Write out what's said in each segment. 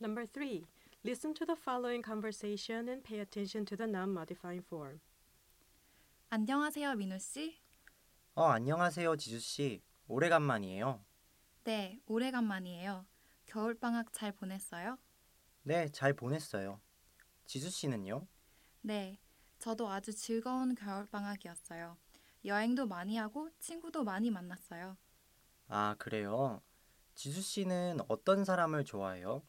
Number three, listen to the following conversation and pay attention to the non-modifying form. 안녕하세요, 민호 씨. 어, 안녕하세요, 지수 씨. 오래간만이에요. 네, 오래간만이에요. 겨울방학 잘 보냈어요? 네, 잘 보냈어요. 지수 씨는요? 네, 저도 아주 즐거운 겨울방학이었어요. 여행도 많이 하고 친구도 많이 만났어요. 아, 그래요. 지수 씨는 어떤 사람을 좋아해요?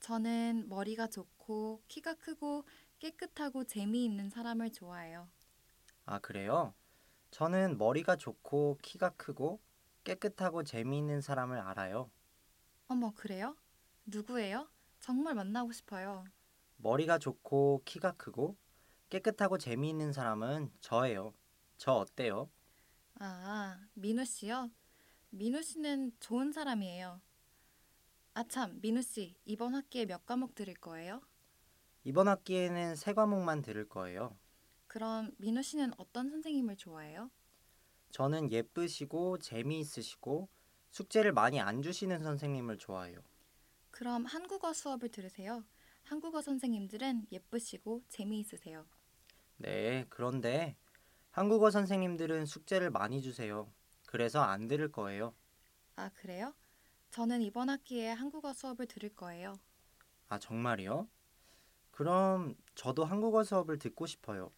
저는 머리가 좋고 키가 크고 깨끗하고 재미있는 사람을 좋아해요. 아, 그래요? 저는 머리가 좋고 키가 크고 깨끗하고 재미있는 사람을 알아요. 어머, 그래요? 누구예요? 정말 만나고 싶어요. 머리가 좋고 키가 크고 깨끗하고 재미있는 사람은 저예요. 저 어때요? 아, 민호 씨요? 민호 씨는 좋은 사람이에요. 아, 참, 민호 씨, 이번 학기에 몇 과목 들을 거예요? 이번 학기에는 세 과목만 들을 거예요. 그럼 민호 씨는 어떤 선생님을 좋아해요? 저는 예쁘시고 재미있으시고 숙제를 많이 안 주시는 선생님을 좋아해요. 그럼 한국어 수업을 들으세요. 한국어 선생님들은 예쁘시고 재미있으세요. 네, 그런데 한국어 선생님들은 숙제를 많이 주세요. 그래서 안 들을 거예요. 아, 그래요? 저는 이번 학기에 한국어 수업을 들을 거예요. 아, 정말이요? 그럼 저도 한국어 수업을 듣고 싶어요.